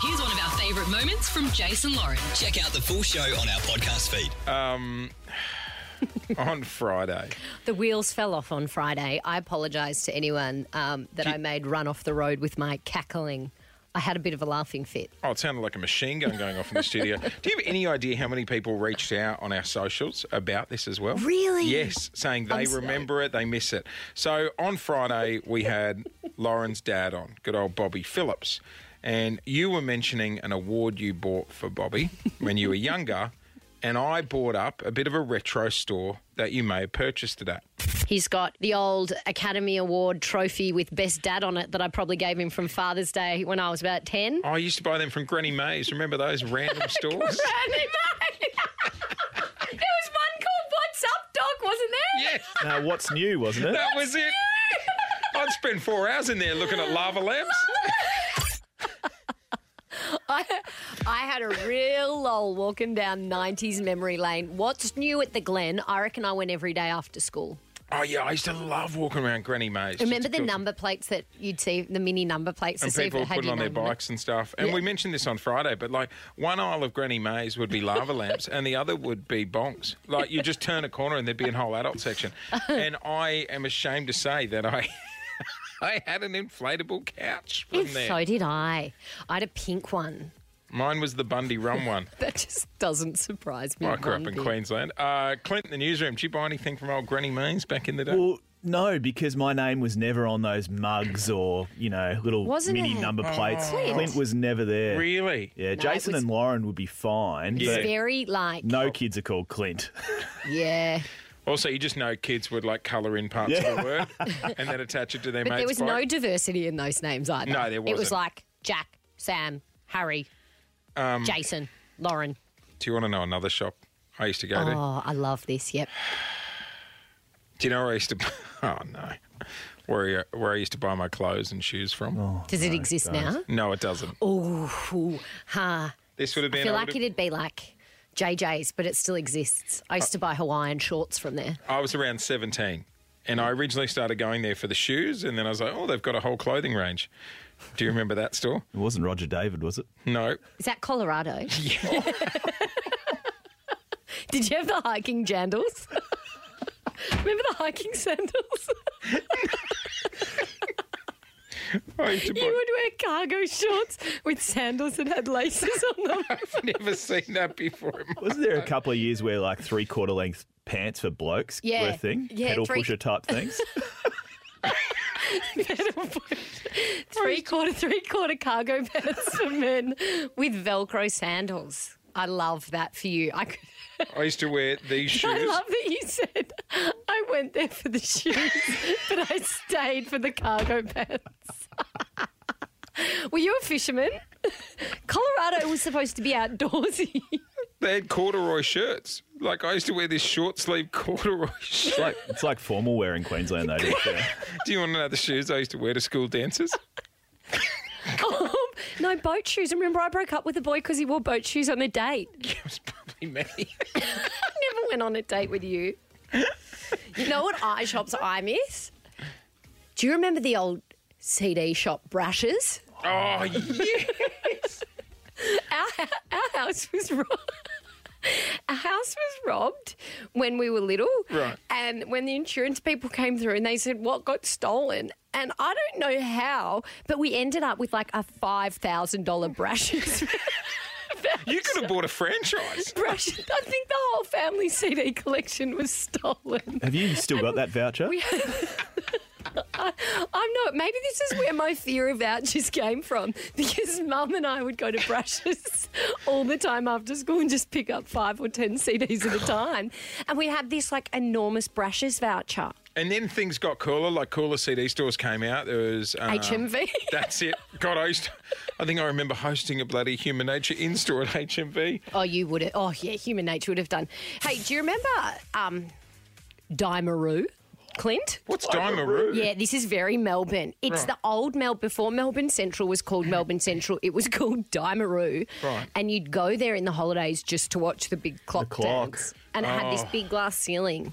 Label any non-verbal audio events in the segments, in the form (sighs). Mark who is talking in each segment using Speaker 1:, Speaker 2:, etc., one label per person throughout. Speaker 1: Here's one of our favourite moments from Jason Lauren.
Speaker 2: Check out the full show on our podcast feed.
Speaker 3: Um, on Friday.
Speaker 4: The wheels fell off on Friday. I apologise to anyone um, that I made run off the road with my cackling. I had a bit of a laughing fit.
Speaker 3: Oh, it sounded like a machine gun going off in the
Speaker 4: (laughs)
Speaker 3: studio. Do you have any idea how many people reached out on our socials about this as well?
Speaker 4: Really?
Speaker 3: Yes, saying they
Speaker 4: I'm so-
Speaker 3: remember it, they miss it. So on Friday, we had Lauren's dad on, good old Bobby Phillips. And you were mentioning an award you bought for Bobby when
Speaker 4: (laughs)
Speaker 3: you were younger. And I bought up a bit of a retro store that you may have purchased it at.
Speaker 4: He's got the old Academy Award trophy with Best Dad on it that I probably gave him from Father's Day when I was about (laughs) 10.
Speaker 3: I used to buy them from Granny Mays. Remember those random stores?
Speaker 4: (laughs) There was one called What's Up Doc, wasn't there?
Speaker 3: yes.
Speaker 5: Now, what's new, wasn't it?
Speaker 3: That was it. I'd spend four hours in there looking at lava lamps.
Speaker 4: I, I had a real lol walking down 90s memory lane. What's new at the Glen? I reckon I went every day after school.
Speaker 3: Oh yeah, I used to love walking around Granny Mays.
Speaker 4: Remember
Speaker 3: Just
Speaker 4: the
Speaker 3: cool.
Speaker 4: number plates that you'd see, the mini number plates
Speaker 3: And
Speaker 4: to see if
Speaker 3: people
Speaker 4: it had
Speaker 3: putting
Speaker 4: your
Speaker 3: on their
Speaker 4: name it?
Speaker 3: bikes and stuff. And we mentioned this on Friday, but like one aisle of Granny Mays would be
Speaker 4: (laughs)
Speaker 3: lava lamps and the other would be bonks. Like you just turn a corner and there'd be a whole adult
Speaker 4: (laughs)
Speaker 3: section. And I am ashamed to say that I (laughs) I had an inflatable couch from there.
Speaker 4: So did I. I had a pink one. (laughs)
Speaker 3: Mine was the Bundy Rum one.
Speaker 4: That just doesn't surprise me.
Speaker 3: I grew up
Speaker 4: one
Speaker 3: in
Speaker 4: bit.
Speaker 3: Queensland. Uh, Clint, the newsroom, did you buy anything from old Granny Mays back in the day?
Speaker 5: Well, no, because my name was never on those mugs or, you know, little
Speaker 4: Wasn't
Speaker 5: mini
Speaker 4: it? Oh.
Speaker 5: number plates.
Speaker 4: Clint.
Speaker 5: Clint was never there.
Speaker 3: Really?
Speaker 5: Yeah,
Speaker 4: No, it
Speaker 5: Jason
Speaker 4: was-
Speaker 5: and Lauren would be fine,
Speaker 4: It's
Speaker 3: Yeah.
Speaker 5: but
Speaker 4: very like
Speaker 5: no kids are called Clint. (laughs)
Speaker 4: yeah.
Speaker 3: Also, you just know kids would like colour in parts of the
Speaker 5: (laughs)
Speaker 3: word and then attach it to their
Speaker 4: But
Speaker 3: mate's
Speaker 4: there was no
Speaker 3: bike.
Speaker 4: diversity in those names either.
Speaker 3: No, there
Speaker 4: It was
Speaker 3: wasn't.
Speaker 4: like Jack, Sam, Harry,
Speaker 3: Um,
Speaker 4: Jason, Lauren.
Speaker 3: Do you want to know another shop I used to go to?
Speaker 4: Oh, I love this. Yep.
Speaker 3: Do you know where I used to? (laughs) Oh no, where I, where I used to buy my clothes and shoes from?
Speaker 5: Oh.
Speaker 4: Does it exist now?
Speaker 3: No, it doesn't.
Speaker 4: Ooh, ha.
Speaker 3: This would have
Speaker 4: Oh, I
Speaker 3: been.
Speaker 4: feel
Speaker 3: I
Speaker 4: like
Speaker 3: would've-
Speaker 4: it'd be like JJ's, but it still exists. I
Speaker 3: Uh,
Speaker 4: used to buy Hawaiian shorts from there.
Speaker 3: I was around 17 and I originally started going there for the shoes and then I was like, oh, they've got a whole clothing range. Do you remember that store?
Speaker 5: It wasn't Roger David, was it?
Speaker 3: No.
Speaker 4: Is that Colorado? Yeah. (laughs) Did you have the hiking jandals? (laughs) Remember the hiking sandals?
Speaker 3: I used to
Speaker 4: (laughs) You
Speaker 3: buy-
Speaker 4: would wear cargo shorts with sandals that had laces on them.
Speaker 3: I've (laughs) never seen that before. in
Speaker 4: (laughs)
Speaker 3: my-
Speaker 5: Wasn't there a couple of years where like three quarter length pants for blokes
Speaker 4: Yeah.
Speaker 5: were a thing?
Speaker 4: Yeah,
Speaker 5: Pedal
Speaker 4: three-
Speaker 5: pusher type things?
Speaker 4: (laughs) three quarter, three quarter cargo pants for men with Velcro sandals. I love that for you. I, could-
Speaker 3: I used to wear these
Speaker 4: I
Speaker 3: shoes.
Speaker 4: love that you said I went there for the shoes, (laughs) but I stayed for the cargo pants. (laughs) Were you a fisherman? Colorado was supposed to be outdoorsy. (laughs)
Speaker 3: They had corduroy shirts. Like I used to wear this short sleeve (laughs) corduroy shirt.
Speaker 5: It's like, it's like formal wear in Queensland though. to
Speaker 4: (laughs)
Speaker 5: be fair.
Speaker 3: Do you want to know the shoes I used to wear to school dances?
Speaker 4: Um, no boat shoes. Remember, I broke up with a boy because he wore boat shoes on a date.
Speaker 3: (laughs) It was probably me.
Speaker 4: (laughs) never went on a date with you. You know what eye shops I miss? Do you remember the old CD shop brushes?
Speaker 3: Oh yeah.
Speaker 4: Our, our (laughs) house was robbed. Our house was robbed when we were little.
Speaker 3: Right.
Speaker 4: And when the insurance people came through and they said, What got stolen? And I don't know how, but we ended up with like a $5,000 (laughs) brushes.
Speaker 3: You could have bought a franchise.
Speaker 4: brush. I think the whole family CD collection was stolen.
Speaker 5: Have you still got that voucher?
Speaker 4: I'm not. Maybe this is where my fear of vouchers came from (laughs) because mum and I would go to brushes (laughs) all the time after school and just pick up five or ten CDs at a time. And we had this like enormous brushes voucher.
Speaker 3: And then things got cooler. Like cooler CD stores came out. There was um,
Speaker 4: HMV.
Speaker 3: That's it. God, I used. To, I think I remember hosting a bloody Human Nature in store at HMV.
Speaker 4: Oh, you would have. Oh, yeah, human nature would have done. Hey, do you remember um, Dimeroo? Clint?
Speaker 3: What's Dimeroo?
Speaker 4: Yeah, this is very Melbourne. It's
Speaker 3: Right.
Speaker 4: the old Melbourne. Before Melbourne Central was called Melbourne Central, it was (laughs) called Dimeroo.
Speaker 3: Right.
Speaker 4: And you'd go there in the holidays just to watch the big clock,
Speaker 5: clock.
Speaker 3: Oh.
Speaker 4: dance. And it had this big glass ceiling.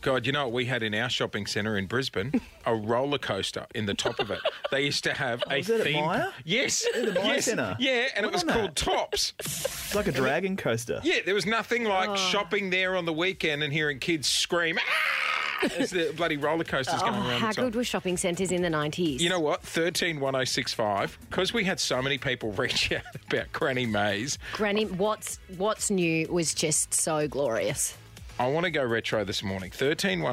Speaker 3: God, you know what we had in our shopping centre in Brisbane? A roller coaster in the top of it. They used to have a
Speaker 5: (laughs) was it at
Speaker 3: theme.
Speaker 5: Myer?
Speaker 3: Yes,
Speaker 5: the Myer
Speaker 3: yes,
Speaker 5: Centre?
Speaker 3: Yeah, and it was
Speaker 5: Went on
Speaker 3: called Tops.
Speaker 5: It's like a dragon coaster.
Speaker 3: Yeah, there was nothing like
Speaker 4: Oh.
Speaker 3: shopping there on the weekend and hearing kids scream. "Ah!" as the bloody roller coasters
Speaker 4: Oh,
Speaker 3: going around.
Speaker 4: how
Speaker 3: the top.
Speaker 4: good were shopping centres in the 90s?
Speaker 3: You know what? 131065, because we had so many people (laughs) reach out about Granny Mays,
Speaker 4: Granny, what's what's new was just so glorious.
Speaker 3: I want to go retro this morning.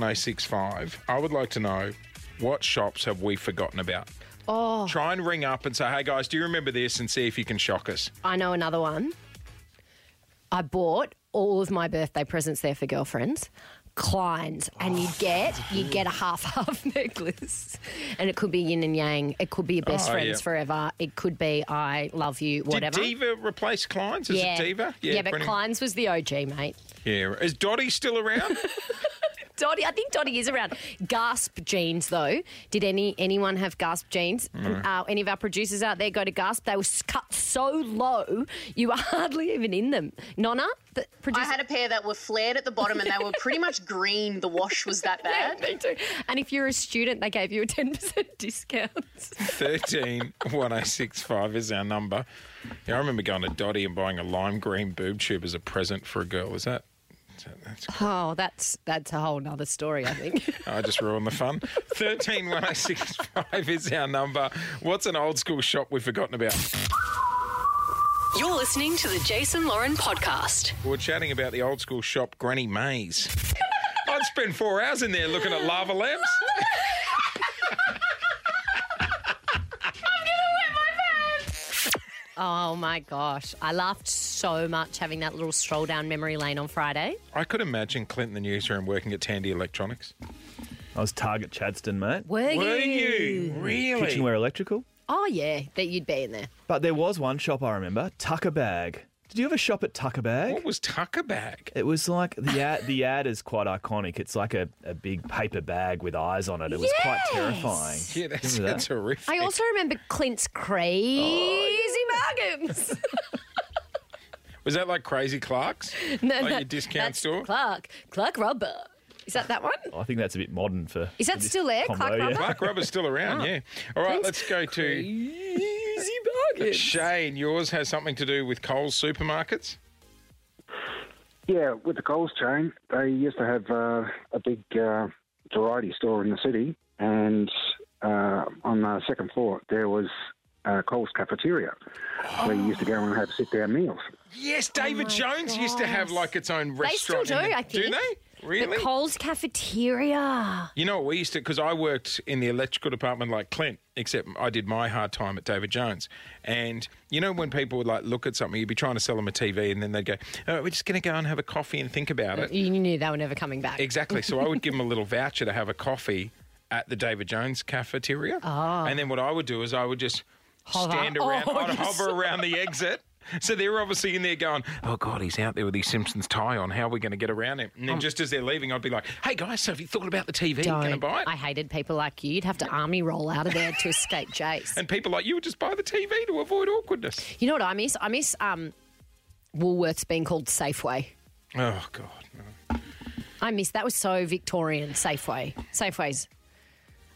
Speaker 3: 131065, I would like to know what shops have we forgotten about? Oh. Try and ring up and say, hey guys, do you remember this? And see if you can shock us.
Speaker 4: I know another one. I bought all of my birthday presents there for girlfriends. Klein's, and
Speaker 3: Oh,
Speaker 4: you get you get a half (laughs) half necklace, and it could be yin and yang. It could be your best
Speaker 3: Oh,
Speaker 4: friends
Speaker 3: yeah.
Speaker 4: forever. It could be I love you, whatever.
Speaker 3: Did Diva replace Klein's? Is
Speaker 4: yeah.
Speaker 3: it Diva?
Speaker 4: Yeah, but
Speaker 3: Granny-
Speaker 4: Klein's was the OG, mate.
Speaker 3: Yeah. Is Dottie still around?
Speaker 4: Dotty, I think Dotty is around. Gasp jeans, though. Did any anyone have gasp jeans? Uh, any of our producers out there go to gasp? They were s- cut so low, you were (laughs) hardly even in them. Nonna, the producer.
Speaker 6: I had a pair that were flared at the bottom and they were pretty much green. The wash was that
Speaker 4: (laughs)
Speaker 6: bad.
Speaker 4: Me too. And if you're a student, they gave you a (laughs) 10% discount.
Speaker 3: 131065 is our number. Yeah, I remember going to Dottie and buying a lime green boob tube as a present for a girl. Is that? is that- That's,
Speaker 4: Oh, that's that's a whole nother story, I (laughs) think.
Speaker 3: I just ruined the fun. 131065 is our number. What's an old school shop we've forgotten about?
Speaker 1: You're listening to the Jason Lauren podcast.
Speaker 3: We're chatting about the old school shop Granny Mays. I'd spend four hours in there looking at lava lamps.
Speaker 4: oh my gosh. I laughed so much having that little stroll down memory lane on Friday.
Speaker 3: I could imagine Clint in the newsroom working at Tandy Electronics.
Speaker 5: I was Target Chadston, mate.
Speaker 4: Were,
Speaker 3: Were you? Really?
Speaker 5: Kitchenware Electrical.
Speaker 4: Oh yeah, that you'd be in there.
Speaker 5: But there was one shop I remember, Tucker Bag. Did you ever shop at Tucker Bag?
Speaker 3: What was Tucker Bag?
Speaker 5: It was like the ad. The ad is quite iconic. It's like a, a big paper bag with eyes on it. It was quite
Speaker 4: Yes.
Speaker 5: terrifying.
Speaker 3: Yeah, that's,
Speaker 5: Remember
Speaker 3: that's horrific.
Speaker 4: I also remember Clint's crazy
Speaker 3: Oh, (laughs)
Speaker 4: bargains.
Speaker 3: Was that like Crazy Clark's?
Speaker 4: (laughs) No,
Speaker 3: like
Speaker 4: no,
Speaker 3: your discount
Speaker 4: that's
Speaker 3: store?
Speaker 4: Clark, Clark Rubber. Is that that one?
Speaker 5: I think that's a bit modern for.
Speaker 4: Is that
Speaker 5: for this
Speaker 4: still there, Clark
Speaker 5: yeah.
Speaker 4: Rubber?
Speaker 3: Clark Rubber's still
Speaker 4: (laughs)
Speaker 3: around, yeah. All right,
Speaker 4: Oh, Thanks.
Speaker 3: let's go to (laughs)
Speaker 4: Easy
Speaker 3: Shane. Yours has something to do with Coles supermarkets.
Speaker 7: Yeah, with the Coles chain, they used to have uh, a big uh, variety store in the city, and uh, on the second floor there was uh, Coles cafeteria, where you used to go and have sit-down meals.
Speaker 3: Yes, David Jones used to have like its own
Speaker 4: Oh They still
Speaker 3: restaurant.
Speaker 4: do,
Speaker 3: in the-
Speaker 4: I think.
Speaker 3: Do they? Really?
Speaker 4: The Coles cafeteria.
Speaker 3: you know what we used to, because I worked in the electrical department like Clint, except I did my hard time at David Jones. And you know when people would like look at something, you'd be trying to sell them a TV, and then they'd go, oh, we're just going to go and have a coffee and think about it.
Speaker 4: You knew they were never coming back.
Speaker 3: Exactly. So I would give them a little voucher to have a coffee at the David Jones cafeteria. And then what I would do is I would just
Speaker 4: Ah. Hover.
Speaker 3: stand around,
Speaker 4: Oh,
Speaker 3: I'd
Speaker 4: you
Speaker 3: hover around the exit. So they're obviously in there going, oh God, he's out there with his Simpsons tie on. How are we going to get around him? And then just as they're leaving, I'd be like, hey guys, so have you thought about the TV? You're going to
Speaker 4: Um, Don't.
Speaker 3: buy it?
Speaker 4: I hated people like you. You'd have to army roll out of there
Speaker 3: (laughs)
Speaker 4: to escape Jace.
Speaker 3: and people like you would just buy the TV to avoid awkwardness.
Speaker 4: You know what I miss? I miss um, Woolworths being called Safeway.
Speaker 3: Oh God. no.
Speaker 4: I miss that was so Victorian. Safeway, Safeways.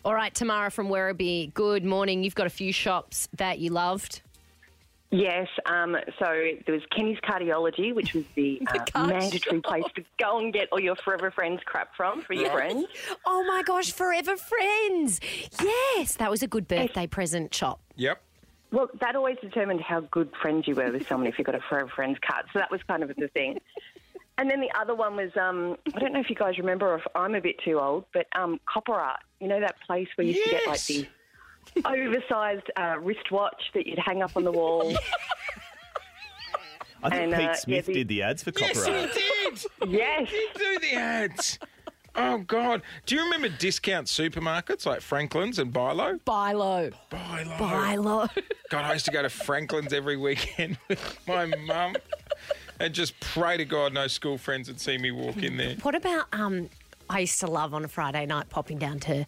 Speaker 4: All right, Tamara from Werribee. Good morning. You've got a few shops that you loved.
Speaker 8: Yes, um, so there was Kenny's Cardiology, which was the, uh,
Speaker 4: card
Speaker 8: mandatory place to go and get all your forever friends crap from for your friends.
Speaker 4: Oh my gosh, forever friends. Yes, that was a good birthday present shop.
Speaker 3: Yep.
Speaker 8: Well, that always determined how good friends you were with someone if you got a forever friends card. So that was kind of the thing. And then the other one was um, I don't know if you guys remember, or if I'm a bit too old, but um, Copper Art. You know that place where you used to get like
Speaker 3: Yes.
Speaker 8: the oversized uh, wristwatch that you'd hang up on the wall.
Speaker 5: I think
Speaker 8: And, uh,
Speaker 5: Pete
Speaker 8: yeah,
Speaker 5: Smith
Speaker 8: the-
Speaker 5: did the ads for Copper
Speaker 3: Yes,
Speaker 5: Art.
Speaker 3: he did.
Speaker 8: Yes.
Speaker 3: He (laughs) do the ads. Oh God! Do you remember discount supermarkets like Franklin's and Bilo?
Speaker 4: Buy low.
Speaker 3: Bilo.
Speaker 4: Buy
Speaker 3: (laughs)
Speaker 4: low.
Speaker 3: God, I used to go to Franklin's every weekend (laughs) with my mum and just pray to God no school friends would see me walk in there.
Speaker 4: What about um? I used to love on a Friday night popping down to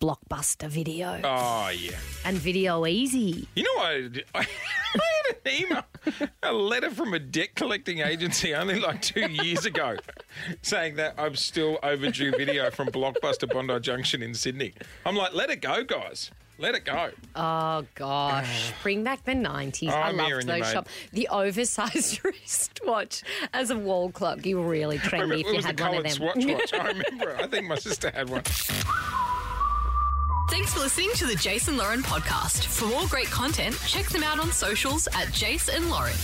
Speaker 4: Blockbuster Video
Speaker 3: Oh, yeah.
Speaker 4: and Video Easy.
Speaker 3: You know what? (laughs) I, an email, a letter from a debt collecting agency only like two years ago saying that I'm still overdue video from Blockbuster Bondi Junction in Sydney. I'm like, let it go, guys. Let it go.
Speaker 4: Oh
Speaker 3: (sighs)
Speaker 4: gosh, bring back the nineties. I
Speaker 3: Oh, I'm hearing
Speaker 4: loved
Speaker 3: you,
Speaker 4: those
Speaker 3: mate.
Speaker 4: shops. The oversized (laughs) wristwatch as a wall clock. You were really trendy
Speaker 3: it
Speaker 4: if you
Speaker 3: was the
Speaker 4: had one
Speaker 3: coloured
Speaker 4: of them.
Speaker 3: Swatch watch.
Speaker 4: (laughs)
Speaker 3: I remember. it. I think my sister had one.
Speaker 1: Thanks for listening to the Jason Lauren podcast. For more great content, check them out on socials at Jason Lauren.